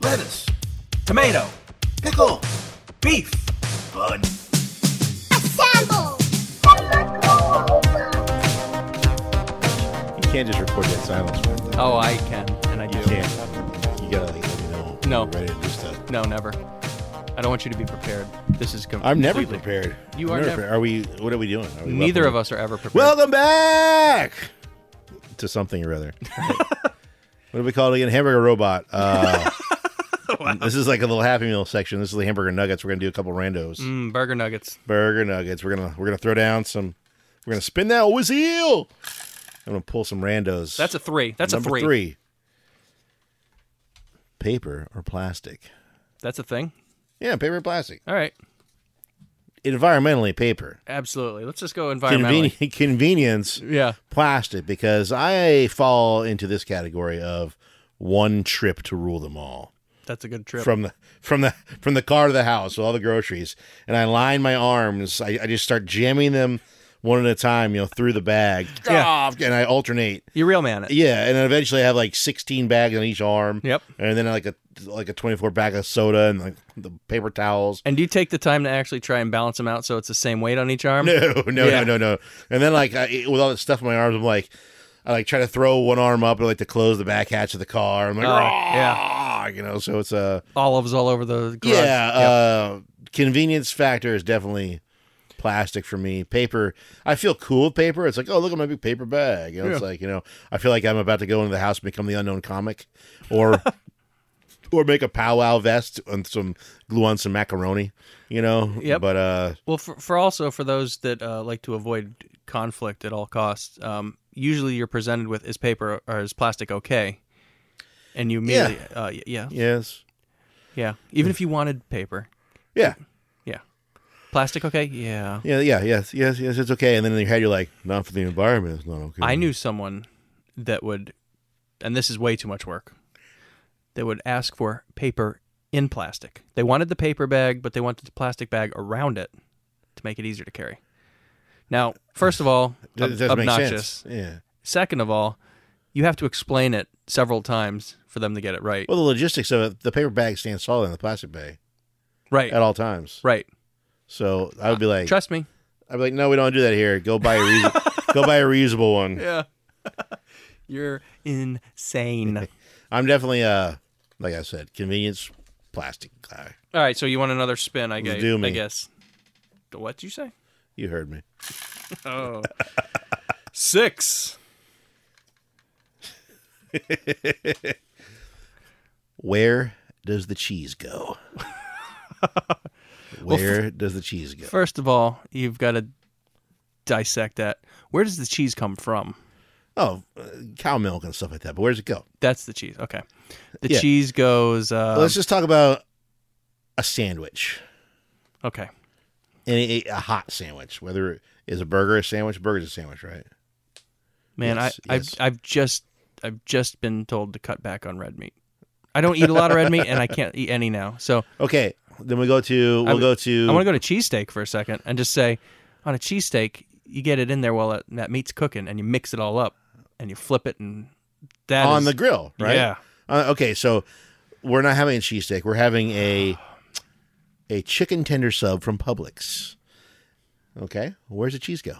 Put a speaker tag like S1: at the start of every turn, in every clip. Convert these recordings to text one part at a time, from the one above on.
S1: lettuce,
S2: tomato,
S1: pickle,
S2: beef,
S1: bun.
S3: Assemble!
S4: You can't just record that silence. man.
S5: Oh, I can, and I do.
S4: You can't. You gotta like, let me know.
S5: No.
S4: Ready to do stuff.
S5: No, never. I don't want you to be prepared. This is. Com-
S4: I'm never
S5: completely-
S4: prepared.
S5: You
S4: I'm
S5: are
S4: never
S5: never-
S4: prepared. Are we? What are we doing? Are we
S5: Neither
S4: leveling
S5: of us are ever prepared.
S4: Welcome back to something or other. what do we call it again? Hamburger robot. Uh, This is like a little Happy Meal section. This is the hamburger nuggets. We're gonna do a couple randos.
S5: Mm, burger nuggets.
S4: Burger nuggets. We're gonna we're gonna throw down some. We're gonna spin that wheel. I'm gonna pull some randos.
S5: That's a three. That's
S4: number
S5: a three.
S4: three. Paper or plastic?
S5: That's a thing.
S4: Yeah, paper or plastic.
S5: All right.
S4: Environmentally, paper.
S5: Absolutely. Let's just go environmentally.
S4: Conveni- convenience.
S5: Yeah.
S4: plastic because I fall into this category of one trip to rule them all
S5: That's a good trip.
S4: from the from the from the car to the house with all the groceries and I line my arms I, I just start jamming them one at a time you know through the bag
S5: Yeah.
S4: and I alternate
S5: you real man it.
S4: yeah and then eventually I have like 16 bags on each arm
S5: Yep.
S4: and then like a like a 24 pack of soda and like the paper towels
S5: And do you take the time to actually try and balance them out so it's the same weight on each arm?
S4: No, no,
S5: Yeah.
S4: no, no, no. And then like I, with all that stuff in my arms, I'm like, I like try to throw one arm up, or like to close the back hatch of the car. I'm like,
S5: Oh,
S4: yeah, you know. So it's uh, a
S5: Olives all over the garage.
S4: yeah. Uh, convenience factor is definitely plastic for me. Paper, I feel cool with paper. It's like, oh, look at my big paper bag. You know, It's
S5: Yeah.
S4: like you know, I feel like I'm about to go into the house and become the unknown comic, or. Or make a powwow vest and some glue on some macaroni, you know.
S5: Yep.
S4: But uh,
S5: Well, for, for also for those that uh, like to avoid conflict at all costs, um, usually you're presented with is paper or is plastic okay, and you immediately yeah uh, y- yeah,
S4: yes,
S5: yeah even if you wanted paper
S4: yeah.
S5: yeah plastic okay yeah.
S4: Yeah, yeah, yes, yes, yes, it's okay. And then in your head, you're like, not for the environment, it's not okay.
S5: I knew someone that would, and this is way too much work. That would ask for paper in plastic. They wanted the paper bag, but they wanted the plastic bag around it to make it easier to carry. Now, first of all,
S4: That- that
S5: ob-
S4: doesn't make
S5: obnoxious.
S4: sense. Yeah.
S5: Second of all, you have to explain it several times for them to get it right.
S4: Well, the logistics of it, the paper bag stands taller than the plastic bag
S5: right.
S4: at all times.
S5: Right.
S4: So I would be like,
S5: Uh, Trust me.
S4: I'd be like, no, we don't do that here. Go buy a reu- go buy a reusable one.
S5: Yeah. You're insane.
S4: I'm definitely uh, like I said, convenience plastic guy.
S5: all right, so you want another spin, I guess.
S4: Do
S5: I
S4: me.
S5: guess. What'd you say?
S4: You heard me.
S5: Oh. Six.
S4: Where does the cheese go? Where does the cheese go?
S5: First of all, you've got to dissect that. Where does the cheese come from?
S4: Oh, uh, cow milk and stuff like that. But where does it go?
S5: That's the cheese. Okay. The
S4: Yeah.
S5: cheese goes. Uh,
S4: Let's just talk about a sandwich.
S5: um, okay.
S4: any a hot sandwich, whether it is a burger a sandwich, burger's a sandwich, right?
S5: Man,
S4: Yes,
S5: I,
S4: yes.
S5: I've I've just I've just been told to cut back on red meat. I don't eat a lot of red meat, and I can't eat any now. So
S4: Okay, then we go to we'll
S5: I-
S4: go to
S5: I want to go to cheesesteak for a second and just say, on a cheesesteak, you get it in there while that, that meat's cooking, and you mix it all up, and you flip it, and that
S4: on
S5: is-
S4: the grill, right?
S5: Yeah.
S4: Uh, okay, so we're not having a cheesesteak. We're having a a chicken tender sub from Publix. Okay, where's the cheese go?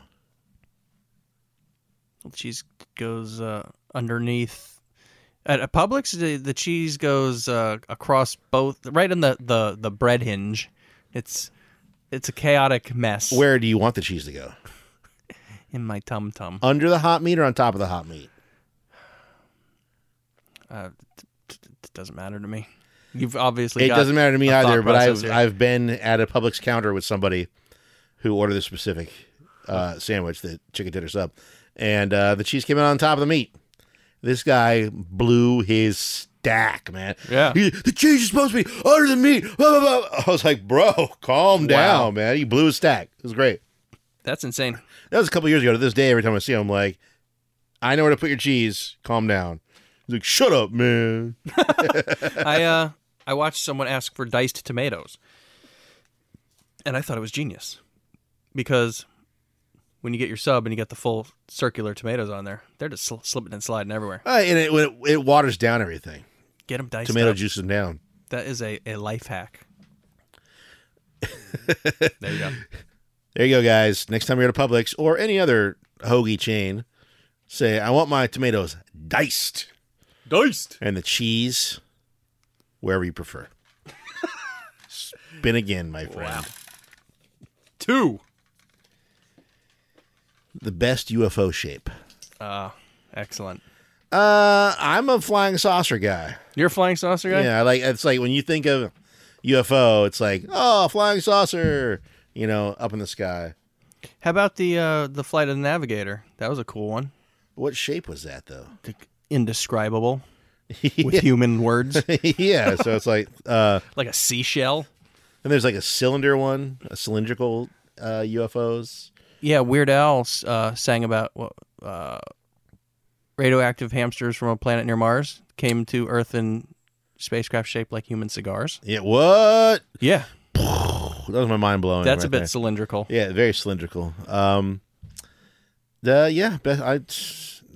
S5: cheese goes uh, underneath at a Publix. The, the cheese goes uh, across both, right in the, the, the bread hinge. It's it's a chaotic mess.
S4: Where do you want the cheese to go?
S5: in my tum tum?
S4: Under the hot meat or on top of the hot meat?
S5: Uh, t- t- t- it doesn't matter to me. You've obviously
S4: It
S5: got
S4: doesn't matter to me
S5: a thought
S4: either, but
S5: process
S4: I've
S5: here.
S4: I've been at a Publix counter with somebody who ordered a specific uh, sandwich, the chicken tender sub, and uh, the cheese came out on top of the meat. This guy blew his stack, man.
S5: Yeah.
S4: He- the cheese is supposed to be under the meat. Blah, blah, blah. I was like, bro, calm down, man. He blew his stack. It was great.
S5: That's insane.
S4: That was a couple years ago. To this day, every time I see him, I'm like, I know where to put your cheese. Calm down. He's like, shut up, man.
S5: I uh I watched someone ask for diced tomatoes, and I thought it was genius because when you get your sub and you get the full circular tomatoes on there, they're just sl- slipping and sliding everywhere.
S4: Uh, and it, it, it waters down everything.
S5: Get them diced.
S4: Tomato
S5: up.
S4: juices down.
S5: That is a, a life hack. there you go.
S4: There you go, guys. Next time you're at a Publix or any other hoagie chain, say, I want my tomatoes diced
S5: Diced.
S4: and the cheese wherever you prefer. Spin again, my friend.
S5: Two.
S4: The best UFO shape.
S5: Uh, excellent.
S4: Uh, I'm a flying saucer guy.
S5: You're a flying saucer guy?
S4: Yeah, I like it's like when you think of UFO, it's like, oh, flying saucer, you know, up in the sky.
S5: How about the uh, the flight of the navigator? That was a cool one.
S4: What shape was that though?
S5: The Indescribable with human words.
S4: yeah, so it's like uh
S5: like a seashell.
S4: and there's like a cylinder one, a cylindrical uh UFOs.
S5: Yeah, Weird Al uh, sang about what uh, radioactive hamsters from a planet near Mars came to Earth in spacecraft shaped like human cigars.
S4: Yeah, what?
S5: Yeah,
S4: That was my mind blowing.
S5: that's a
S4: right
S5: bit
S4: there.
S5: cylindrical.
S4: Yeah, very cylindrical. Um the yeah, best I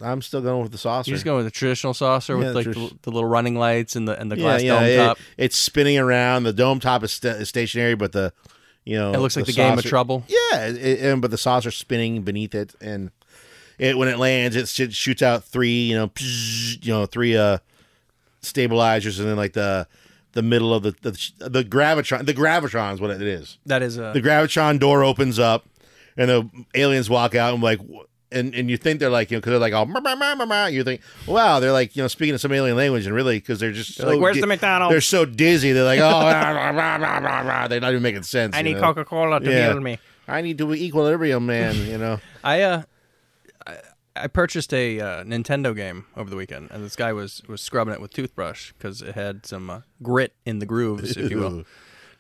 S4: I'm still going with the saucer.
S5: You're just going with the traditional saucer
S4: Yeah,
S5: with like
S4: tradi-
S5: the, the little running lights and the and the
S4: yeah,
S5: glass
S4: yeah,
S5: dome
S4: it-
S5: top.
S4: it's spinning around. The dome top is, sta is stationary, but the you know
S5: It looks like the, game of
S4: Oh, saucer-
S5: trouble.
S4: Yeah, it, it- and but the saucer's spinning beneath it, and it when it lands, it sh- shoots out three, you know, psh, you know, three uh stabilizers, and then like the the middle of the the, the gravitron, the gravitron is what it is.
S5: That is a
S4: The gravitron door opens up, and the aliens walk out, and like. wh- And, and you think they're like you know because they're like all "Mah, mah, mah, mah, mah," you think wow they're like you know speaking in some alien language and really because they're just
S5: they're
S4: so
S5: like, where's
S4: di-
S5: the McDonald's?
S4: they're so dizzy they're like oh rah, rah, rah, rah, rah, rah." they're not even making sense
S5: I
S4: you
S5: need
S4: know?
S5: Coca Cola to
S4: Yeah.
S5: heal me.
S4: I need to be equilibrium man you know
S5: I uh, I, I purchased a uh, Nintendo game over the weekend, and this guy was was scrubbing it with toothbrush because it had some uh, grit in the grooves, if you will.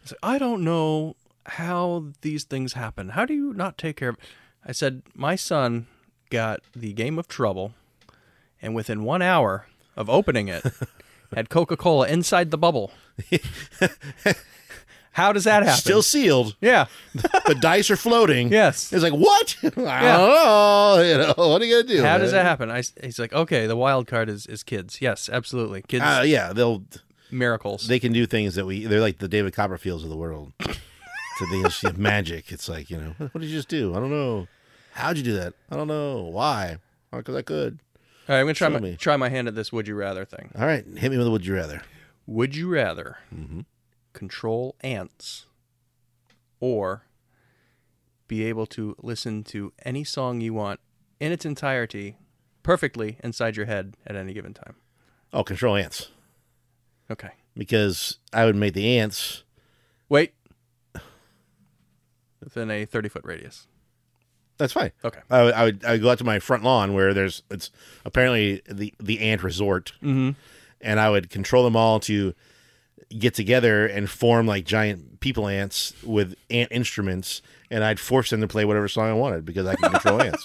S5: He's like, I don't know how these things happen. How do you not take care of? I said, my son got the game of trouble, and within one hour of opening it, had Coca Cola inside the bubble. how does that happen?
S4: still sealed
S5: yeah,
S4: the dice are floating
S5: yes.
S4: it's like what I don't know you know what are you gonna do
S5: How does that
S4: man?
S5: happen? I, s- he's like, okay, the wild card is, is kids. Yes, absolutely. Kids,
S4: uh, yeah they'll
S5: miracles.
S4: they can do things that we they're like the David Copperfields of the world so they just have magic it's like you know what, what did you just do I don't know how'd you do that I don't know why because I could
S5: All right, I'm going to try
S4: show
S5: my,
S4: me.
S5: try my hand at this would you rather thing.
S4: all right hit me with a would you rather
S5: Would you rather
S4: Mm-hmm.
S5: control ants or be able to listen to any song you want in its entirety perfectly inside your head at any given time?
S4: oh control ants
S5: Okay.
S4: because I would make the ants
S5: Wait. Within a 30 foot radius.
S4: that's fine
S5: Okay.
S4: I would, I would I would go out to my front lawn where there's it's apparently the the ant resort,
S5: Mm-hmm.
S4: and I would control them all to get together and form like giant people ants with ant instruments, and I'd force them to play whatever song I wanted because I can control ants.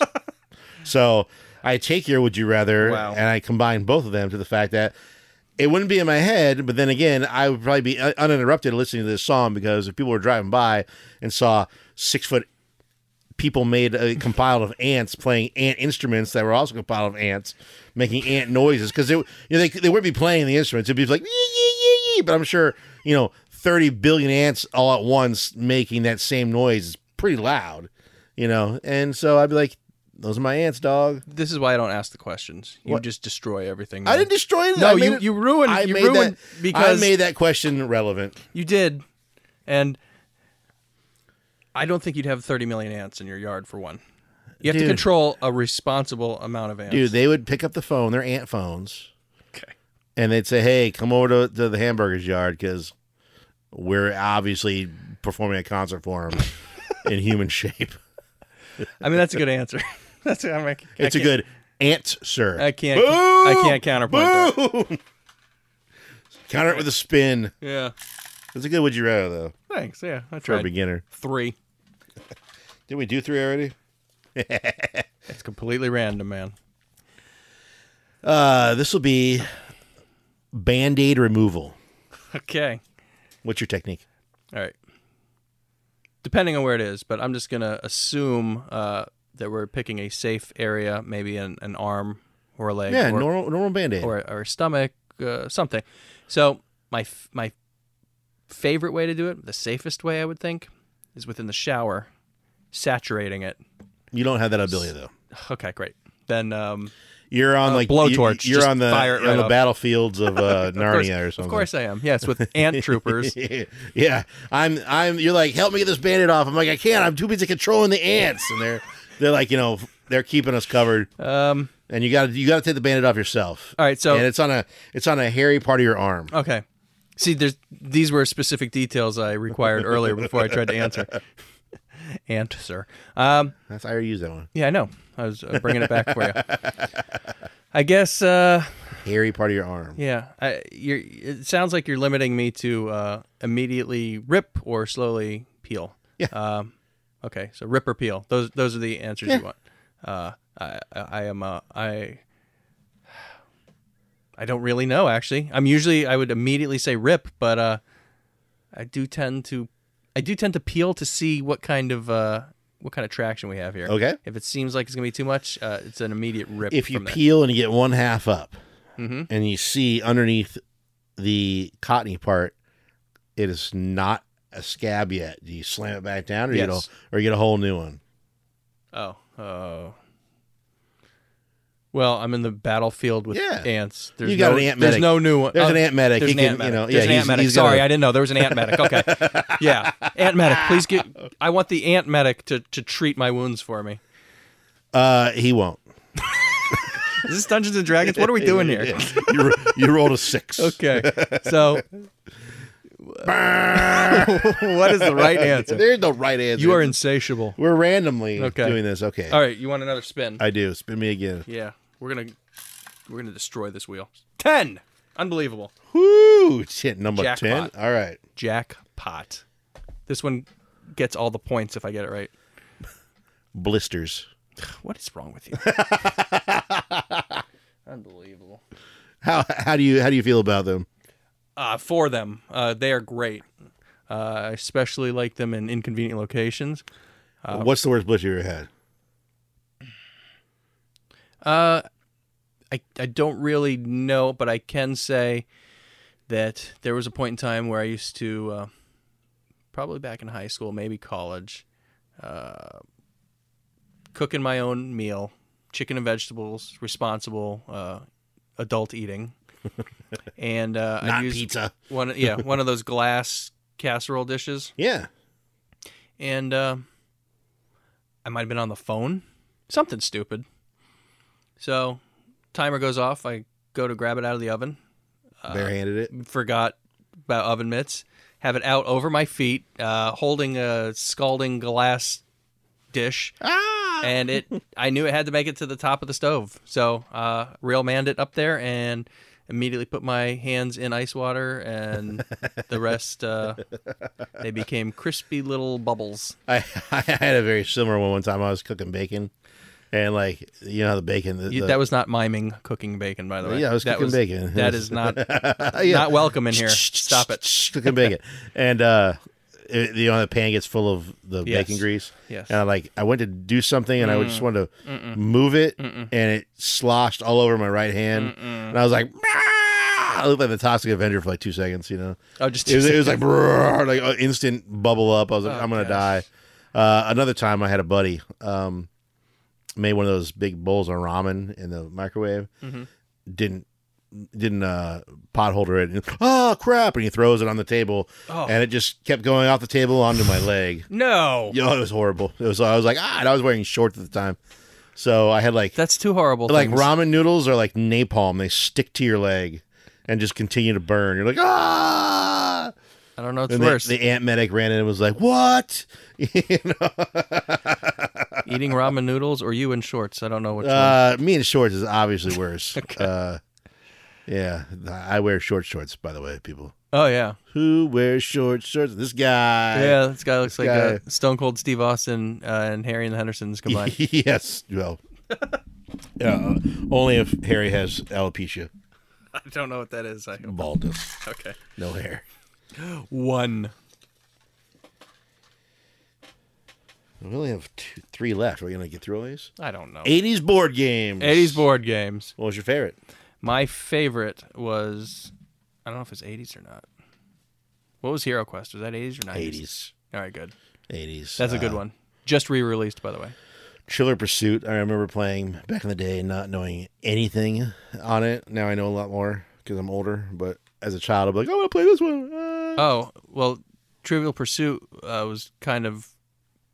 S4: So I take your would you rather,
S5: Wow.
S4: and I combine both of them to the fact that it wouldn't be in my head, but then again, I would probably be uh, uninterrupted listening to this song because if people were driving by and saw six foot people made a compiled of ants playing ant instruments that were also compiled of ants making ant noises because they you know they, they would be playing the instruments it'd be like yee, yee, yee, yee, but I'm sure you know 30 billion ants all at once making that same noise is pretty loud you know and so I'd be like those are my ants dog
S5: This is why I don't ask the questions. You
S4: What?
S5: just destroy everything.
S4: I
S5: man.
S4: didn't destroy it
S5: No,
S4: I made
S5: you,
S4: it-
S5: you ruined.
S4: I
S5: you
S4: made
S5: ruined
S4: that
S5: because
S4: I made that question relevant
S5: you did, and I don't think you'd have thirty million ants in your yard for one. You have
S4: Dude.
S5: to control a responsible amount of ants.
S4: dude they would pick up the phone their ant phones
S5: okay.
S4: and they'd say, "Hey, come over to, to the hamburgers yard because we're obviously performing a concert for them in human shape."
S5: I mean, that's a good answer. that's I'm like, I
S4: It's a
S5: can't-
S4: good answer.
S5: I can't. I can't counterpoint that.
S4: Boom! Counter it with a spin.
S5: Yeah.
S4: That's a good would you rather though
S5: Thanks. Yeah, I
S4: for a
S5: tried.
S4: beginner.
S5: Three.
S4: Did we do three already?
S5: It's completely random, man.
S4: Uh, this will be band aid removal.
S5: Okay.
S4: What's your technique?
S5: All right. Depending on where it is, but I'm just gonna assume uh, that we're picking a safe area, maybe an, an arm or a leg.
S4: Yeah,
S5: or,
S4: normal normal band aid.
S5: or or stomach, uh, something. So my f- my favorite way to do it, the safest way I would think, is within the shower, saturating it.
S4: You don't have that ability though.
S5: Okay, great. Then um,
S4: You're on
S5: Uh,
S4: like
S5: blowtorch,
S4: You, are
S5: just
S4: on the
S5: fire it
S4: on
S5: right
S4: the
S5: up.
S4: battlefields of uh,
S5: of course-
S4: Narnia or something.
S5: Of course I am. Yes, with ant troopers.
S4: yeah, I'm. I'm. You're like, help me get this bandit off. I'm like, I can't. I'm too busy controlling the ants, and they're they're like, you know, they're keeping us covered.
S5: Um,
S4: And you got to you got to take the bandit off yourself.
S5: all right, so
S4: and it's on a it's on a hairy part of your arm.
S5: Okay. See, there's these were specific details I required earlier before I tried to answer. answer. Um,
S4: That's how I use that one.
S5: yeah, I know. I was uh, bringing it back for you. I guess. Uh,
S4: Hairy part of your arm.
S5: yeah. I, you're, it sounds like you're limiting me to uh, immediately rip or slowly peel.
S4: Yeah.
S5: Um, okay. So rip or peel. Those those are the answers
S4: Yeah.
S5: you want. Uh, I I I am uh, I. I don't really know actually. I'm usually I would immediately say rip, but uh, I do tend to I do tend to peel to see what kind of uh, what kind of traction we have here.
S4: Okay.
S5: If it seems like it's gonna be too much, uh, it's an immediate rip.
S4: If you
S5: from there.
S4: peel and you get one half up,
S5: Mhm.
S4: and you see underneath the cottony part, it is not a scab yet. Do you slam it back down, or you
S5: Yes.
S4: get a, or you get a whole new one?
S5: Oh. Oh. Well, I'm in the battlefield with
S4: Yeah.
S5: ants. There's
S4: You got
S5: no,
S4: an ant
S5: There's
S4: medic.
S5: no new one.
S4: There's
S5: oh,
S4: an ant medic.
S5: There's an
S4: He can,
S5: ant medic.
S4: you know,
S5: there's
S4: yeah,
S5: an
S4: he's-
S5: ant medic.
S4: he's
S5: Sorry,
S4: gonna-
S5: I didn't know there was an ant medic. Okay. Yeah, ant medic. Please get. I want the ant medic to, to treat my wounds for me.
S4: Uh, he won't.
S5: Is this Dungeons and Dragons? What are we doing here?
S4: you, ro- you rolled a six.
S5: Okay. So, what is the right answer?
S4: There's the right answer.
S5: You are insatiable.
S4: We're randomly
S5: Okay.
S4: doing this. Okay.
S5: All right, you want another spin?
S4: I do. Spin me again.
S5: Yeah, we're gonna we're gonna destroy this wheel. Ten. Unbelievable.
S4: Woo! Shit, number
S5: Jackpot.
S4: ten. All right.
S5: jackpot. This one gets all the points if I get it right.
S4: Blisters.
S5: What is wrong with you? Unbelievable.
S4: How how do you how do you feel about them?
S5: Uh, for them, uh, they are great. Uh, I especially like them in inconvenient locations.
S4: What's the worst blister you ever had?
S5: Uh, I I don't really know, but I can say that there was a point in time where I used to, uh, probably back in high school, maybe college, uh, cooking my own meal, chicken and vegetables, responsible uh, adult eating, and uh, I
S4: Not
S5: used
S4: pizza.
S5: one, yeah, one of those glass casserole dishes,
S4: Yeah.
S5: and uh, I might have been on the phone, something stupid. So, timer goes off. I go to grab it out of the oven. Uh,
S4: Barehanded it.
S5: Forgot about oven mitts. Have it out over my feet, uh, holding a scalding glass dish,
S4: Ah.
S5: and it. I knew it had to make it to the top of the stove, so uh, real manned it up there and immediately put my hands in ice water, and the rest uh, they became crispy little bubbles.
S4: I, I had a very similar one one time. I was cooking bacon, and like you know how the bacon. The,
S5: You,
S4: the-
S5: that was not miming cooking bacon, by the way.
S4: Yeah, I was
S5: That
S4: cooking bacon.
S5: That is not
S4: Yeah.
S5: not welcome in here. Stop it.
S4: Cooking bacon, and uh, it, you know the pan gets full of the
S5: Yes.
S4: bacon grease.
S5: Yes.
S4: And I like I went to do something, and I just wanted to move it, and it sloshed all over my right hand, and I was like. "Ah!" I looked like the Toxic Avenger for like two seconds, you know.
S5: Oh, just
S4: It was, it was like brrr, like uh, instant bubble up. I was like,
S5: Oh,
S4: I'm gonna
S5: gosh.
S4: die. Uh, another time, I had a buddy um, made one of those big bowls of ramen in the microwave.
S5: Mm-hmm.
S4: Didn't didn't uh, potholder it. And, oh crap! And he throws it on the table,
S5: Oh.
S4: and it just kept going off the table onto my leg.
S5: no.
S4: Yo, it was horrible. It was. I was like, ah, and I was wearing shorts at the time, so I had like
S5: That's too horrible.
S4: like
S5: things.
S4: ramen noodles are like napalm. They stick to your leg and just continue to burn. You're like ah.
S5: I don't know what's
S4: And the,
S5: worse,
S4: the ant medic ran in and was like, "What?" you know,
S5: eating ramen noodles or you in shorts. I don't know which one.
S4: uh, me in shorts is obviously worse. uh, yeah, I wear short shorts, by the way, people.
S5: Oh yeah,
S4: Who wears short shorts? This guy.
S5: yeah. This guy looks like
S4: guy-
S5: uh Stone Cold Steve Austin uh, and Harry and the Hendersons combined.
S4: yes. Well, yeah, uh, only if Harry has alopecia,
S5: I don't know what that is. I
S4: baldness,
S5: okay.
S4: no hair.
S5: One.
S4: We only have two, three left. Are we gonna get through all these?
S5: I don't know.
S4: Eighties board games.
S5: 80s board games.
S4: What was your favorite?
S5: My favorite was I don't know if it's 80s or not. What What was Hero Quest? Was that 80s or 90s?
S4: 80s.
S5: All right, good.
S4: 80s.
S5: That's a good
S4: Uh,
S5: one. Just re-released, by the way.
S4: Chiller Pursuit. I remember playing back in the day and not knowing anything on it. Now I know a lot more because I'm older. But as a child, I'm like, I want to play this one. Uh,
S5: Oh well, Trivial Pursuit uh, was kind of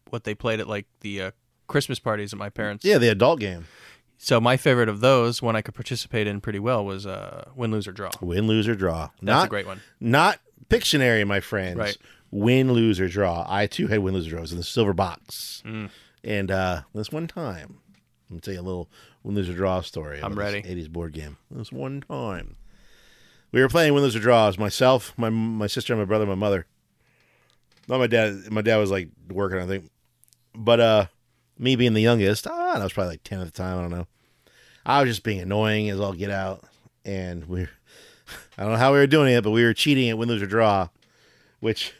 S5: what they played at like the uh, Christmas parties at my parents.
S4: yeah, the adult game.
S5: So my favorite of those, one I could participate in pretty well, was uh, Win, Lose or Draw. That's
S4: Win, lose, or draw.
S5: a
S4: not
S5: great one.
S4: Not Pictionary, my friends.
S5: Right.
S4: Win, lose, or draw. I too had win, lose, or draws in the silver box.
S5: Mm.
S4: And uh, this one time, let me tell you a little win, lose, or draw story.
S5: I'm
S4: about this
S5: ready.
S4: 80s board game. This one time, we were playing win, lose, or draws. Myself, my my sister, my brother, my mother. Not my dad. My dad was like working, I think. But uh, me being the youngest, I, don't know, I was probably like 10 at the time. I don't know. I was just being annoying as all get out. And we, I don't know how we were doing it, but we were cheating at win, lose, or draw, which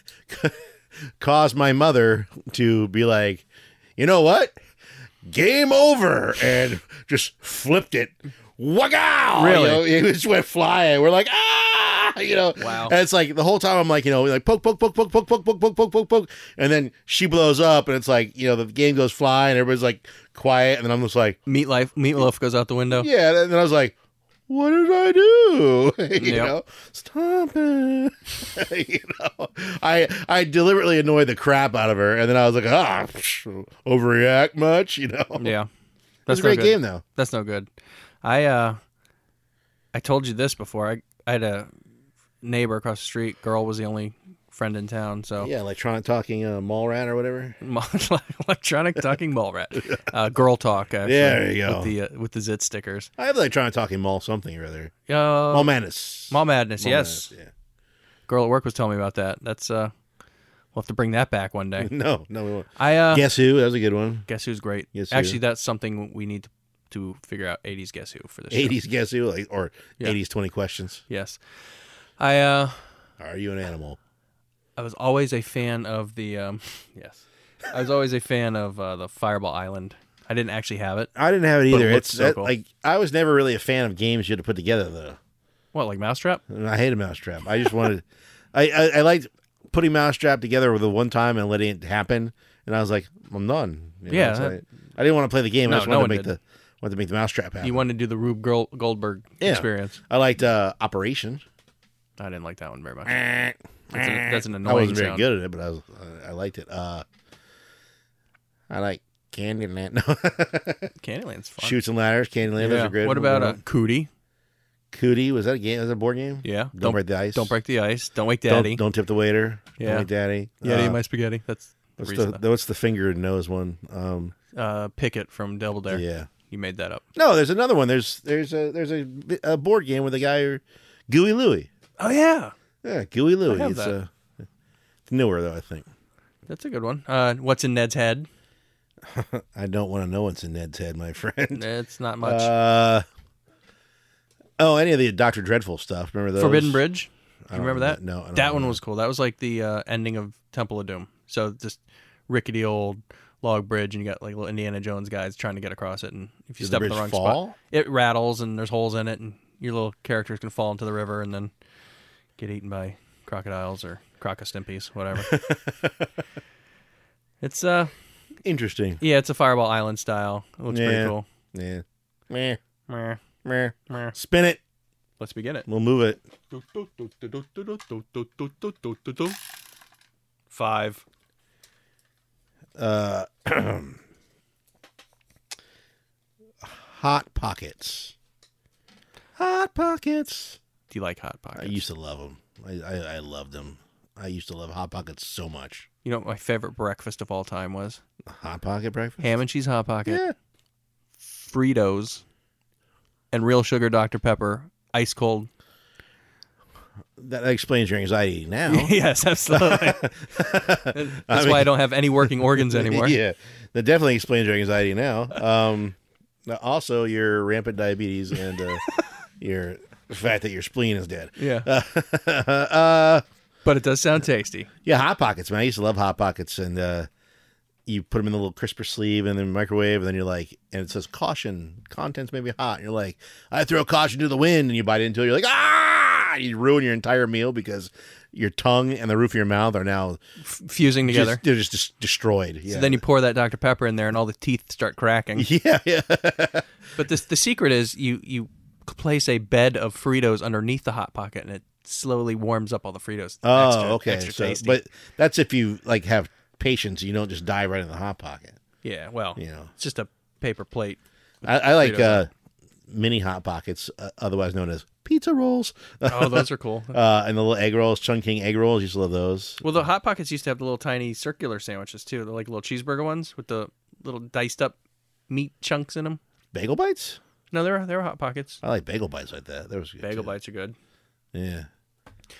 S4: caused my mother to be like, you know what? Game over. And just flipped it. Wow.
S5: Really?
S4: You know, it just went flying. We're like, ah, you know.
S5: Wow.
S4: And it's like the whole time I'm like, you know, like poke, poke, poke, poke, poke, poke, poke, poke, poke, poke, poke. And then she blows up and it's like, you know, the game goes flying. Everybody's like quiet. And then I'm just like,
S5: Meat life, meatloaf goes out the window.
S4: yeah. And then I was like, what did I do? you
S5: Yep.
S4: know, stop it. you know, I I deliberately annoyed the crap out of her, and then I was like, ah, psh, overreact much, you know.
S5: Yeah. That's
S4: That's a
S5: no
S4: great
S5: good.
S4: game though.
S5: That's no good. I uh, I told you this before. I I had a neighbor across the street. Girl was the only friend in town. So
S4: Yeah, electronic talking uh, mall rat or whatever.
S5: electronic talking mall rat, uh, girl talk. Actually,
S4: There you go.
S5: With the uh, with the zit stickers.
S4: I have electronic talking mall something or other.
S5: Uh,
S4: Mall madness.
S5: Mall Madness,
S4: Mall
S5: yes.
S4: Madness,
S5: Girl at work was telling me about that. That's uh we'll have to bring that back one day.
S4: yeah. No, no, we won't.
S5: I uh guess,
S4: Guess who? That was a good one.
S5: who's great.
S4: Guess who.
S5: Actually that's something we need to, to figure out 80s guess who for this. show.
S4: Eighties guess who? Like, or
S5: Yeah.
S4: eighties twenty questions.
S5: Yes. I uh
S4: Are you an animal?
S5: I was always a fan of the um yes. I was always a fan of uh, the Fireball Island. I didn't actually have it.
S4: I didn't have it either.
S5: it
S4: it's
S5: looks so
S4: that-
S5: cool.
S4: like I was never really a fan of games you had to put together though.
S5: What, like Mousetrap?
S4: And I hated Mousetrap. I just wanted, I, I I liked putting Mousetrap together with the one time and letting it happen. And I was like, I'm done. You know,
S5: Yeah,
S4: it's
S5: that-
S4: like- I didn't want to play the game.
S5: No,
S4: I just
S5: no
S4: wanted
S5: one
S4: to make
S5: did.
S4: the wanted to make the Mousetrap happen.
S5: You wanted to do the Rube Girl, Goldberg
S4: Uh-huh. Yeah.
S5: experience.
S4: I liked uh, Operation.
S5: I didn't like that one very much. That's,
S4: That's,
S5: an- that's an
S4: I
S5: annoying
S4: wasn't very
S5: sound.
S4: good at it, but I was I, I liked it. Uh, I like Candyland. No.
S5: Candyland's fun.
S4: Shoots and ladders, Candyland. Those
S5: Yeah.
S4: are great.
S5: What about a cootie?
S4: Cootie? Was that a game? Was that a board game?
S5: Yeah.
S4: Don't, break the ice.
S5: Don't break the ice. Don't wake
S4: Don't-
S5: daddy.
S4: Don't, tip the waiter.
S5: Yeah.
S4: Don't wake daddy.
S5: Yeti
S4: Uh,
S5: my spaghetti. That's the
S4: What's
S5: reason.
S4: the, what's the finger and nose one? Um,
S5: uh, Pickett from Double Dare.
S4: yeah.
S5: You made that up.
S4: No, there's another one. There's there's a there's a, a board game with a guy, who- Gooey Louie.
S5: Oh yeah,
S4: Yeah, Gooey Louie.
S5: have
S4: It's
S5: that.
S4: uh it's newer though. I think
S5: that's a good one. Uh, what's in Ned's head?
S4: I don't want to know what's in Ned's head, my friend.
S5: It's not much.
S4: Uh, oh, any of the Doctor Dreadful stuff? Remember those?
S5: Forbidden Bridge.
S4: I
S5: You
S4: don't
S5: remember that?
S4: No, I don't
S5: that one
S4: remember.
S5: was cool. That was like the uh, ending of Temple of Doom. So just rickety old log bridge, and you got like little Indiana Jones guys trying to get across it, and if you
S4: Did the
S5: step in the
S4: bridge
S5: wrong
S4: fall?
S5: spot, it rattles, and there's holes in it, and your little characters can fall into the river and then get eaten by crocodiles or crocostimpies, whatever. it's uh,
S4: interesting.
S5: yeah, it's a Fireball Island style. It looks
S4: Yeah.
S5: pretty cool.
S4: Yeah. Meh,
S5: Meh,
S4: meh.
S5: meh.
S4: Spin it.
S5: Let's begin it.
S4: We'll move it.
S5: Five.
S4: Uh, Hot Pockets. Hot Pockets.
S5: Do you like Hot Pockets?
S4: I used to love them. I, I, I loved them. I used to love Hot Pockets so much.
S5: You know what my favorite breakfast of all time was?
S4: Hot Pocket breakfast?
S5: Ham and cheese hot pocket,
S4: Yeah.
S5: Fritos, and real sugar Dr. Pepper, ice cold.
S4: That explains your anxiety now.
S5: yes, absolutely. That's why I don't have any working organs anymore.
S4: yeah. That definitely explains your anxiety now. Um, also, your rampant diabetes and uh, your the fact that your spleen is dead.
S5: Yeah.
S4: uh,
S5: But it does sound tasty.
S4: Yeah, hot pockets, man. I used to love hot pockets, and uh, you put them in the little crisper sleeve and then microwave, and then you're like, and it says caution, contents may be hot, and you're like, I throw caution to the wind, and you bite into it, you're like, ah, you ruin your entire meal because your tongue and the roof of your mouth are now
S5: f- fusing together.
S4: just, they're just des- destroyed. Yeah.
S5: So then you pour that Dr. Pepper in there and all the teeth start cracking.
S4: yeah, yeah.
S5: But this, the secret is you, you place a bed of Fritos underneath the Hot Pocket and it slowly warms up all the Fritos.
S4: Oh,
S5: Extra-
S4: okay.
S5: extra
S4: so,
S5: tasty.
S4: but that's if you like have patience, you don't just dive right in the hot pocket.
S5: yeah, well,
S4: You know.
S5: it's just a paper plate.
S4: I, I like
S5: Fritos.
S4: uh, mini hot pockets, uh, otherwise known as pizza rolls,
S5: Oh, those are cool.
S4: uh, and the little egg rolls, chunking egg rolls. Used to love those.
S5: Well, the hot pockets used to have the little tiny circular sandwiches too. They're like little cheeseburger ones with the little diced up meat chunks in them.
S4: Bagel bites.
S5: No, they're they're hot pockets.
S4: I like bagel bites like that. That was good
S5: Bagel
S4: too.
S5: bites are good.
S4: Yeah.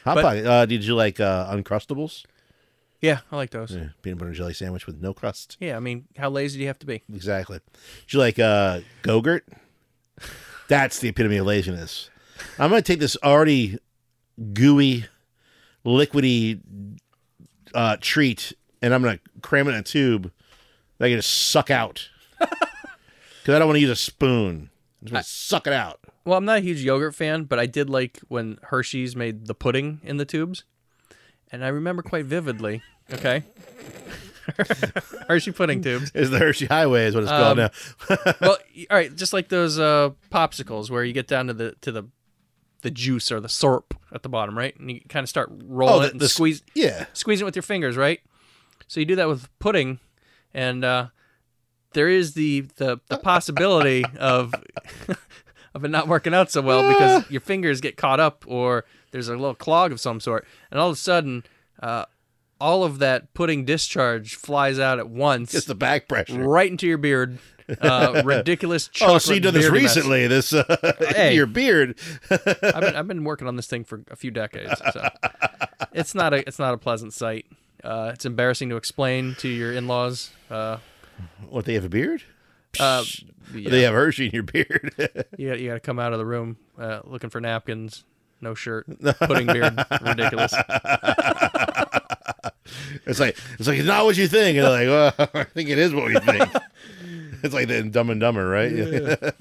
S4: Hot
S5: But-
S4: pocket. Uh, did you like uh, uncrustables?
S5: Yeah, I like those. Yeah.
S4: Yeah, peanut butter and jelly sandwich with no crust.
S5: I mean, how lazy do you have to be?
S4: Exactly. Did you like uh Gogurt? That's the epitome of laziness. I'm gonna take this already gooey, liquidy uh treat and I'm gonna cram it in a tube that I can just suck out. Cause I don't want to use a spoon. I'm just gonna suck it out.
S5: Well, I'm not a huge yogurt fan, but I did like when Hershey's made the pudding in the tubes, and I remember quite vividly. Okay, Hershey pudding tubes.
S4: Is the Hershey Highway is what it's called
S5: Um,
S4: now.
S5: Well, y- all right, just like those uh, popsicles where you get down to the to the the juice or the syrup at the bottom, right? And you kind of start rolling
S4: Oh, the-
S5: it and
S4: the s-
S5: squeeze.
S4: Yeah.
S5: squeeze it with your fingers, right? So you do that with pudding, and uh, there is the the, the possibility of of it not working out so well
S4: Ah.
S5: because your fingers get caught up, or there's a little clog of some sort, and all of a sudden, uh, all of that pudding discharge flies out at once,
S4: It's the back pressure.
S5: right into your beard. Uh, ridiculous.
S4: Oh, so you
S5: chocolate
S4: did this
S5: beard mess.
S4: recently, this uh,
S5: Hey.
S4: your beard.
S5: I've been, I've been working on this thing for a few decades. So. it's not a it's not a pleasant sight. Uh, it's embarrassing to explain to your in laws. Uh,
S4: What they have a beard?
S5: uh, yeah.
S4: They have Hershey in your beard.
S5: you got you got to come out of the room uh, looking for napkins. No shirt, pudding beard, ridiculous.
S4: It's like it's like it's not what you think. And they're like, well, I think it is what we think. it's like that in Dumb and Dumber, right?
S5: Did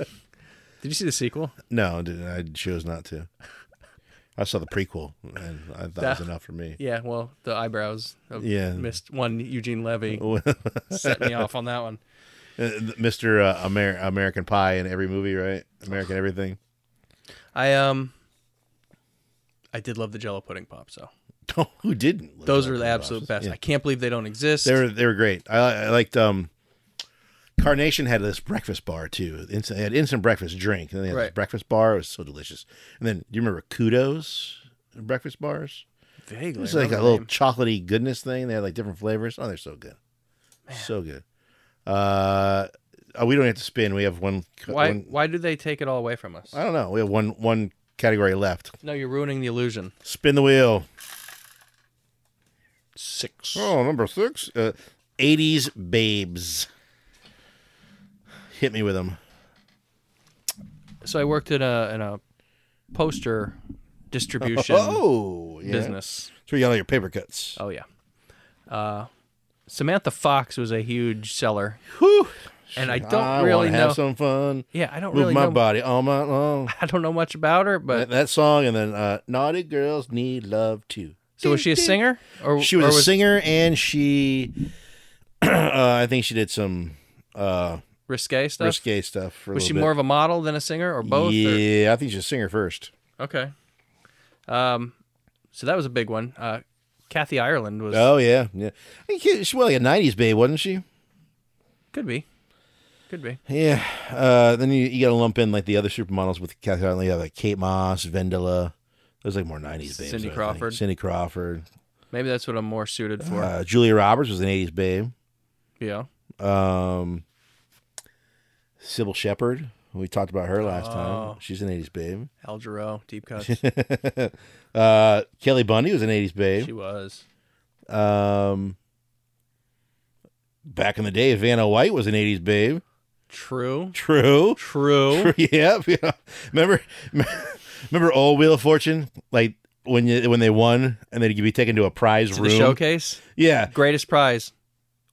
S5: you see the sequel?
S4: no, dude, I chose not to. I saw the prequel, and I thought it was
S5: That-
S4: enough for me.
S5: Yeah, well, the eyebrows of
S4: Yeah.
S5: missed one Eugene Levy set me off on that one.
S4: Mister uh, Amer- American Pie in every movie, right? American everything.
S5: I um, I did love the Jello pudding pop. So
S4: Who didn't?
S5: those are the absolute best.
S4: Yeah.
S5: I can't believe they don't exist.
S4: They were they were great. I, I liked um, Carnation had this breakfast bar too. Instant, they had instant breakfast drink, and then they had this
S5: Right.
S4: breakfast bar. It was so delicious. And then do you remember Kudos breakfast bars?
S5: vaguely.
S4: It's like a
S5: remember the
S4: little
S5: name.
S4: chocolatey goodness thing. They had like different flavors. Oh, they're so good, so good. Uh, oh, we don't have to spin. We have one. c-
S5: Why
S4: one-
S5: why do they take it all away from us?
S4: I don't know. We have one one category left.
S5: No, you're ruining the illusion.
S4: Spin the wheel.
S5: Six.
S4: Oh, number six. Uh, 80s babes. Hit me with them.
S5: So I worked in a in a poster distribution
S4: Oh, yeah.
S5: business.
S4: So you got all your paper cuts.
S5: Oh yeah. Uh, Samantha Fox was a huge seller,
S4: Whew.
S5: and I don't
S4: I
S5: really
S4: wanna have
S5: know.
S4: some fun.
S5: yeah, I don't
S4: Move
S5: really
S4: my
S5: know.
S4: body all my long.
S5: I don't know much about her,
S4: That,
S5: but
S4: that song and then uh, Naughty Girls Need Love Too.
S5: so was she a
S4: Ding, ding.
S5: singer or
S4: she was
S5: or
S4: a singer and she uh, i think she did some uh
S5: risque stuff?
S4: risque stuff for a
S5: was she
S4: little
S5: more of a model than a singer or
S4: bit.
S5: both? or-
S4: yeah i think she's a singer first
S5: okay. Um, so that was a big one. Uh, Kathy Ireland was
S4: oh yeah yeah I think she she was like a 90s babe wasn't she
S5: could be, could be.
S4: yeah uh then you, you gotta lump in like the other supermodels with Kathy Ireland. You have like kate moss vendela those like more 90s babes
S5: Cindy
S4: I think.
S5: Crawford.
S4: cindy crawford
S5: Maybe that's what I'm more suited for.
S4: uh, julia roberts was an 80s babe
S5: yeah.
S4: um sybil shepherd we talked about her
S5: Oh.
S4: last time she's an 80s babe
S5: Al Jarreau, deep cuts.
S4: Uh, Kelly Bundy was an '80s
S5: she
S4: babe.
S5: was.
S4: Um, back in the day, Vanna White was an '80s babe.
S5: True.
S4: True.
S5: True.
S4: yep. Yeah. Remember, remember old Wheel of Fortune, like when you when they won and they'd be taken to a prize
S5: To the
S4: room.
S5: showcase.
S4: Yeah.
S5: Greatest prize.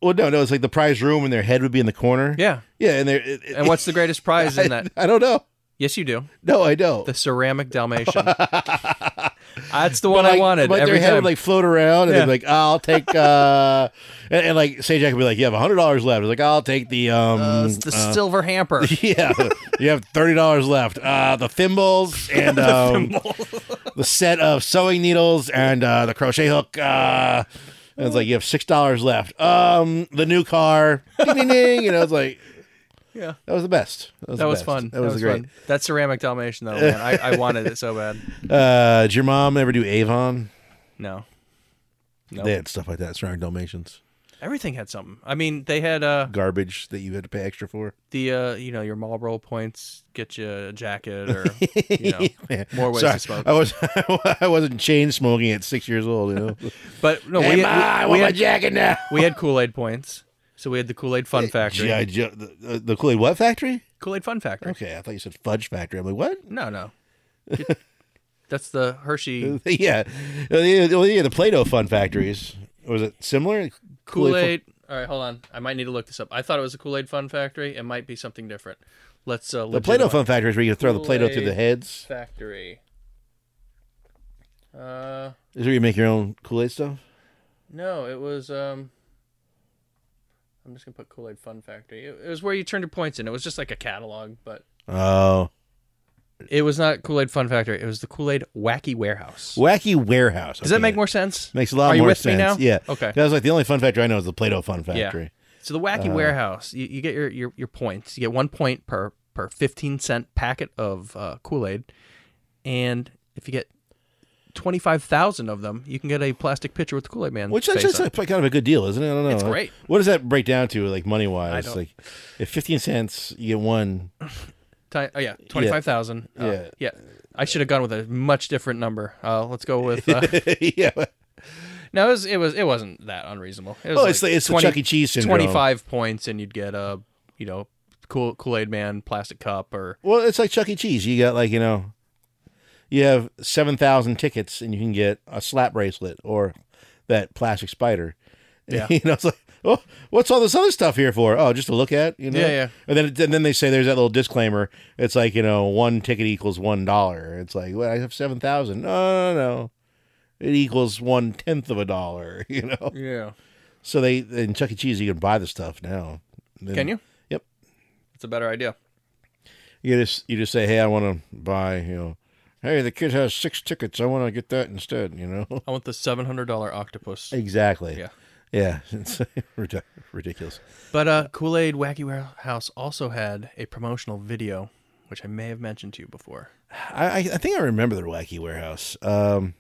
S4: Well, no, no, it's like the prize room and their head would be in the corner.
S5: Yeah.
S4: Yeah, and they
S5: And what's the greatest prize in that?
S4: I don't know.
S5: Yes, you do.
S4: No, I don't.
S5: The ceramic Dalmatian. That's the one I
S4: like-
S5: wanted
S4: But
S5: every
S4: their head
S5: time.
S4: would like float around, and
S5: Yeah.
S4: they'd be like, "I'll take," uh, and, and like Say Jack would be like, "You have hundred dollars left." I was like, "I'll take the um,
S5: Uh, it's the
S4: uh,
S5: silver hamper.
S4: yeah, you have thirty dollars left. Uh, the thimbles and um, the set of sewing needles and uh, the crochet hook. Uh, and it's like you have six dollars left. Um, the new car. Ding, ding, ding. You know, it's like
S5: Yeah.
S4: that was the best.
S5: That
S4: the
S5: was
S4: best.
S5: fun.
S4: That was, great.
S5: Fun. That ceramic Dalmatian though, man, I, I wanted it so bad.
S4: Uh, did your mom ever do Avon?
S5: No, Nope.
S4: They had stuff like that surrounding Dalmatians.
S5: everything had something. I mean, they had uh
S4: Garbage that you had to pay extra for.
S5: the uh you know your Marlboro points get you a jacket or you know
S4: Yeah.
S5: more ways
S4: Sorry,
S5: to smoke.
S4: I was I wasn't chain smoking at six years old. You know,
S5: But no,
S4: hey,
S5: we,
S4: Ma, I
S5: had, we,
S4: want
S5: we,
S4: my
S5: had,
S4: jacket now.
S5: we had Kool Aid points, so we had the Kool Aid Fun Factory.
S4: G.I. Joe, the, uh, the Kool Aid what factory?
S5: Kool Aid Fun Factory.
S4: Okay, I thought you said Fudge Factory. I'm like, what?
S5: No, no, It- that's the Hershey
S4: yeah, Uh, yeah, well, yeah, the Play-Doh Fun Factories. Was it similar?
S5: Kool
S4: Fun-
S5: Aid. All right, hold on. I might need to look this up. I thought it was a Kool Aid Fun Factory. It might be something different. Let's uh,
S4: The Play-Doh
S5: legitimate-
S4: Fun Factory is where you throw the Play-Doh through the
S5: Kool-Aid.
S4: heads.
S5: Factory. Uh,
S4: Is where you make your own Kool-Aid stuff?
S5: no, it was um. I'm just gonna put Kool Aid Fun Factory. It, it was where you turned your points in. It was just like a catalog, but
S4: Oh,
S5: it was not Kool Aid Fun Factory. It was the Kool Aid Wacky Warehouse.
S4: Wacky Warehouse.
S5: Does that
S4: Okay.
S5: make more sense?
S4: Makes a
S5: Are
S4: lot more
S5: you with
S4: sense.
S5: me now?
S4: Yeah.
S5: Okay.
S4: That was like the only Fun Factory I know is the Play-Doh Fun Factory.
S5: So the wacky
S4: uh,
S5: warehouse, you, you get your, your your points. You get one point per per fifteen cent packet of uh, Kool Aid, and if you get twenty five thousand of them, you can get a plastic pitcher with the Kool Aid Man.
S4: Which that's,
S5: face
S4: that's
S5: on
S4: like kind of a good deal, isn't it? I don't know.
S5: It's great.
S4: What does that break down to, like money wise?
S5: don't-
S4: Like, if fifteen cents, you get one.
S5: it. Ti- oh yeah, twenty five thousand. Uh,
S4: Yeah.
S5: yeah, I should have gone with a much different number. Uh, let's go with. Uh,
S4: yeah.
S5: no, it was, it was it wasn't that unreasonable. It was
S4: Oh,
S5: like
S4: it's the, it's
S5: 20
S4: the Chuck E. Cheese syndrome.
S5: 25 points, and you'd get a you know cool Kool Aid Man plastic cup or
S4: Well, it's like Chuck E. Cheese. You got like you know, you have seven thousand tickets, and you can get a slap bracelet or that plastic spider.
S5: Yeah.
S4: you know, it's like, oh, what's all this other stuff here for? Oh, just to look at, you know.
S5: Yeah, yeah.
S4: And then and then they say there's that little disclaimer. It's like you know, one ticket equals one dollar. It's like, well, I have seven thousand. No, no, no. It equals one tenth of a dollar, you know.
S5: yeah.
S4: So they in Chuck E. Cheese, you can buy the stuff now. Then-
S5: Can you?
S4: Yep.
S5: That's a better idea.
S4: You just you just say, hey, I want to buy, you know, hey, the kid has six tickets. I want to get that instead. You know,
S5: I want the seven hundred dollar octopus.
S4: exactly.
S5: Yeah.
S4: yeah, it's ridic- ridiculous.
S5: But uh, Kool Aid Wacky Warehouse also had a promotional video, which I may have mentioned to you before.
S4: I I- I think I remember the wacky warehouse. Um,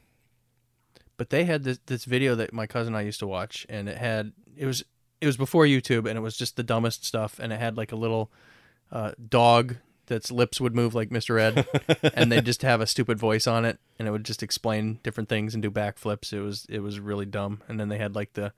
S5: But they had this this video that my cousin and I used to watch, and it had it was it was before YouTube, and it was just the dumbest stuff, and it had like a little uh, dog that's lips would move like Mr. Ed, and they just have a stupid voice on it, and it would just explain different things and do backflips. It was it was really dumb, and then they had like the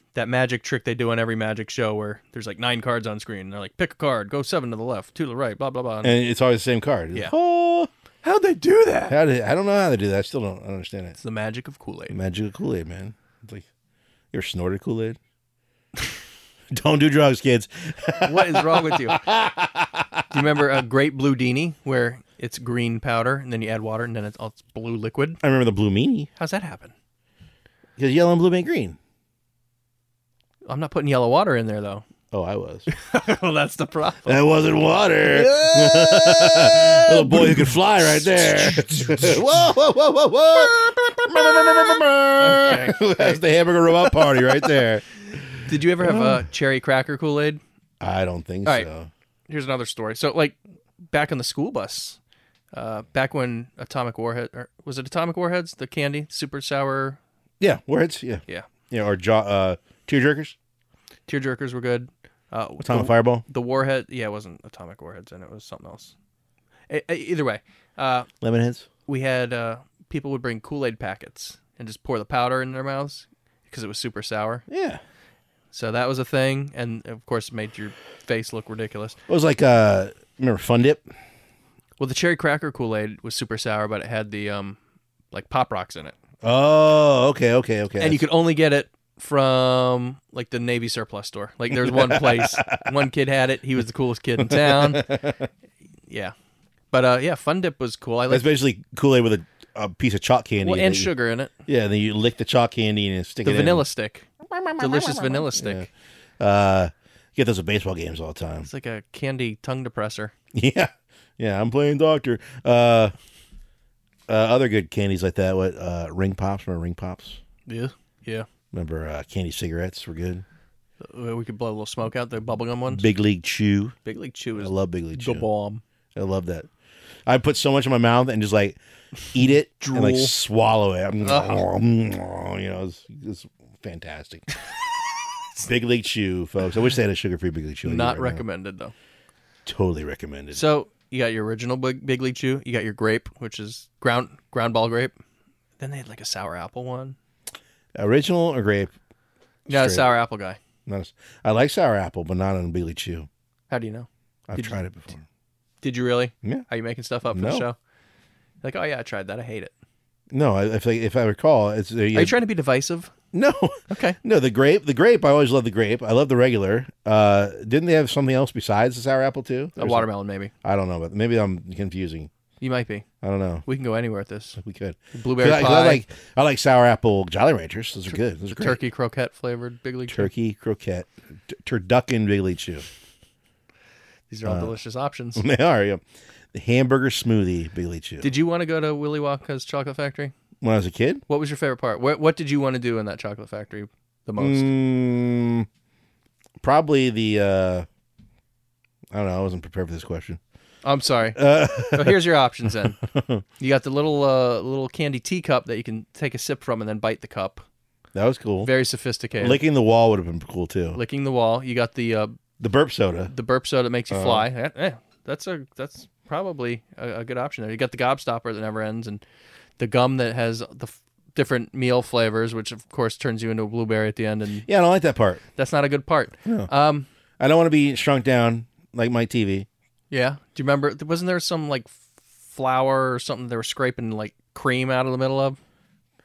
S5: that magic trick they do on every magic show where there's like nine cards on screen, and they're like pick a card, go seven to the left, two to the right, blah blah blah. And
S4: and it's always the same card. It's
S5: Yeah.
S4: like, oh,
S5: How'd they do that?
S4: how did I don't know how they do that. I still don't understand it.
S5: It's the magic of Kool Aid.
S4: Magical Kool Aid, man. It's like you ever snorted Kool Aid? don't do drugs, kids.
S5: What is wrong with you? Do you remember a great blue dini where it's green powder and then you add water and then it's, all it's blue liquid?
S4: I remember the blue meanie
S5: How's that happen?
S4: because yellow and blue make green.
S5: I'm not putting yellow water in there though.
S4: Oh, I was.
S5: well, that's the problem.
S4: That wasn't water. Little boy who could fly right there. whoa, whoa, whoa, whoa, whoa. That's the hamburger robot party right there.
S5: Did you ever have a cherry cracker Kool Aid?
S4: I don't think
S5: All right.
S4: so.
S5: Here's another story. So, like back on the school bus, uh, back when Atomic Warhead or was it Atomic Warheads? The candy, super sour,
S4: Yeah, words. Yeah.
S5: yeah.
S4: Yeah, or jaw, uh, tearjerkers.
S5: Tear jerkers were good. Uh,
S4: Time of fireball.
S5: the warhead yeah it wasn't atomic warheads and it was something else E- e- either way uh,
S4: Lemonheads.
S5: we had uh, people would bring kool-aid packets and just pour the powder in their mouths because it was super sour
S4: Yeah.
S5: so that was a thing and of course it made your face look ridiculous
S4: It was like, uh, remember Fun Dip?
S5: well the cherry cracker kool-aid was super sour but it had the um like pop rocks in it
S4: Oh, okay, okay, okay.
S5: and you could only get it from like the navy surplus store like there's one place one kid had it he was the coolest kid in town yeah but uh yeah fun dip was cool i like
S4: That's basically Kool Aid with a a piece of chalk candy.
S5: Well,
S4: that
S5: and
S4: you-
S5: sugar in it.
S4: Yeah, and then you lick the chalk candy and stick
S5: The
S4: it
S5: vanilla stick. Delicious vanilla
S4: in.
S5: stick.
S4: Yeah. Uh, you get those at baseball games all the time.
S5: It's like a candy tongue depressor.
S4: Yeah, yeah. I'm playing doctor. Uh, uh, other good candies like that. What uh, ring pops? Remember ring pops?
S5: Yeah. Yeah.
S4: Remember uh, candy cigarettes were good.
S5: Uh, We could blow a little smoke out the bubblegum ones.
S4: Big League Chew.
S5: Big League Chew
S4: I
S5: is
S4: love Big League
S5: the
S4: Chew.
S5: bomb.
S4: I love that. I put so much in my mouth and just like eat it and like
S5: Drool. Uh-huh.
S4: swallow it. I'm you know, it's, it's fantastic. Big League Chew, folks. I wish they had a sugar-free Big League Chew. I eat
S5: Not
S4: right now.
S5: recommended though.
S4: Totally recommended.
S5: So you got your original big, big league chew. You got your grape, which is ground ground ball grape. Then they had like a sour apple one.
S4: Original or grape?
S5: Yeah, a
S4: Straight.
S5: sour apple guy.
S4: Not as- I like sour apple, but not on Big League Chew.
S5: How do you know?
S4: I've
S5: Did you-
S4: tried it before.
S5: Did you really?
S4: Yeah.
S5: Are you making stuff up for
S4: No.
S5: the show? Like, oh yeah, I tried that. I hate it.
S4: No, I, if I, if I recall, it's uh,
S5: Are you trying to be divisive?
S4: no,
S5: Okay.
S4: no. The grape, the grape. I always love the grape. I love the regular. Uh, didn't they have something else besides the sour apple too?
S5: A
S4: There's
S5: watermelon, maybe.
S4: I don't know, but maybe I'm confusing.
S5: You might be.
S4: I don't know.
S5: We can go anywhere with this.
S4: We could.
S5: Blueberry
S4: 'Cause I,
S5: pie,
S4: 'cause I like I like sour apple Jolly Ranchers. Those are good. Those are great.
S5: turkey croquette flavored big league chew.
S4: turkey croquette, t- turducken Big League Chew.
S5: These are
S4: Uh,
S5: all delicious options.
S4: they are. Yeah. The hamburger smoothie Big League Chew.
S5: Did you want to go to Willy Wonka's chocolate factory?
S4: when I was a kid,
S5: What was your favorite part? What What did you want to do in that chocolate factory the most?
S4: Mm, probably the. Uh, I don't know. I wasn't prepared for this question.
S5: I'm sorry.
S4: Uh,
S5: So here's your options then. You got the little uh, little candy teacup that you can take a sip from and then bite the cup.
S4: that was cool.
S5: Very sophisticated.
S4: Licking the wall would have been cool too.
S5: Licking the wall. You got the uh,
S4: the burp soda.
S5: the burp soda that makes you fly. Eh, eh, that's a that's probably a, a good option there. You got the gobstopper that never ends and the gum that has the f- different meal flavors, which of course turns you into a blueberry at the end, and
S4: Yeah, I don't like that part.
S5: that's not a good part. Um,
S4: I don't want to be shrunk down like my TV.
S5: yeah. Do you remember? Wasn't there some like flour or something they were scraping like cream out of the middle of?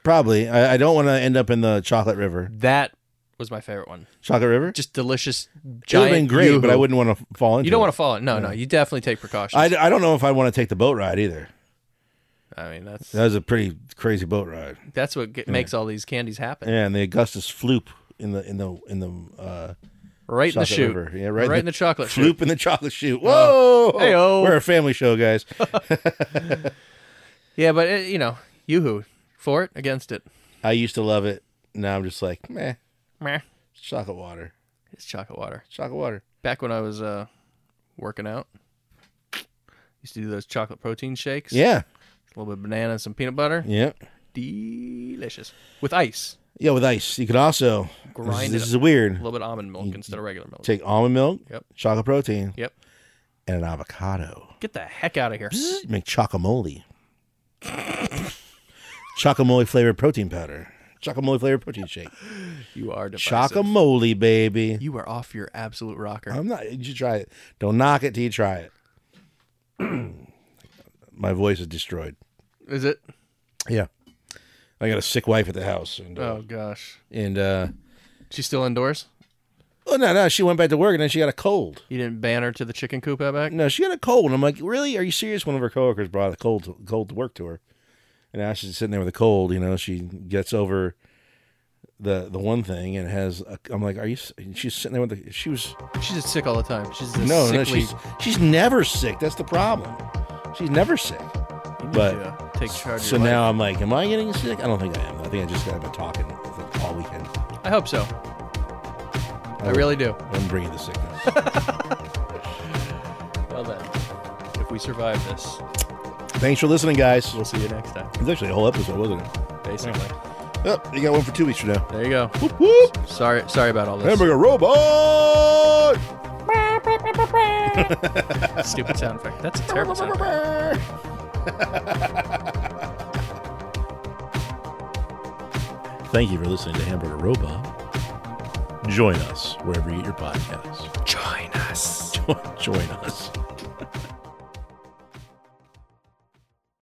S4: Probably. I, I don't want to end up in the chocolate river.
S5: That was my favorite one.
S4: Chocolate river.
S5: just delicious
S4: It would
S5: giant.
S4: have been great,
S5: yoo-hoo.
S4: but I wouldn't want to fall into.
S5: You don't
S4: it.
S5: want to fall. in- No, no. You definitely take precautions. I,
S4: I, I don't know if I want to take the boat ride either.
S5: mean, that's
S4: That was a pretty crazy boat ride.
S5: that's what get, makes all these candies happen.
S4: Yeah, and the Augustus Floop in the in the in the uh,
S5: Right in the
S4: chocolate
S5: chute.
S4: river. Yeah,
S5: right, in the chocolate chute. Uh,
S4: Floop in the chocolate chute. Whoa!
S5: Hey-o.
S4: We're a family show, guys.
S5: Yeah, but it, you know, yoo-hoo. for it against it.
S4: I used to love it. Now I'm just like, meh.
S5: Meh.
S4: It's chocolate water.
S5: It's chocolate water.
S4: It's Chocolate water.
S5: Back when I was uh, working out, used to do those chocolate protein shakes.
S4: Yeah.
S5: a little bit of banana and some peanut butter.
S4: Yeah.
S5: Delicious with ice.
S4: Yeah, with ice. You can also
S5: Grind it
S4: This, is- this
S5: up.
S4: is weird.
S5: A little bit of almond milk instead of regular milk.
S4: Take almond milk,
S5: Yep.
S4: chocolate protein,
S5: Yep.
S4: and an avocado.
S5: Get the heck out of here.
S4: Bzzz, Make chocomole. chocomole flavored protein powder. Chocomole flavored protein shake.
S5: You are divisive.
S4: Chocomole, baby.
S5: You are off your absolute rocker.
S4: I'm not. You should try it. Don't knock it till you try it. My voice is destroyed.
S5: Is it?
S4: Yeah. I got a sick wife at the house, and uh,
S5: Oh gosh,
S4: and uh,
S5: she's still indoors.
S4: oh no, no, she went back to work, and then she got a cold.
S5: You didn't ban her to the chicken coop out back.
S4: No, she got a cold. And I'm like, really? Are you serious? One of her coworkers brought a cold to, cold to work to her, and now she's sitting there with a cold. You know, she gets over the the one thing and has. A, I'm like, are you? s- and She's sitting there with the. She was
S5: She's just sick all the time. She's a
S4: no, no.
S5: sickly.
S4: She's she's never sick. That's the problem. She's never sick.
S5: You need
S4: but-
S5: to, uh, take charge.
S4: So
S5: of your
S4: now I'm like, am I getting sick? I don't think I am. I think I just got been talking all weekend.
S5: life. I hope so.
S4: Oh.
S5: I really do.
S4: I'm bringing the sickness.
S5: Well then, if we survive this,
S4: Thanks for listening, guys.
S5: we'll see you next time.
S4: It's actually a whole episode, wasn't it?
S5: Basically,
S4: Oh, you got one for two weeks from now.
S5: there you go.
S4: Whoop whoop!
S5: Sorry, sorry about all this
S4: Hamburger robot.
S5: stupid sound effect. That's a terrible sound. effect.
S4: Thank you for listening to Hamburger Robot. Join us wherever you get your podcasts.
S5: Join us.
S4: Join us.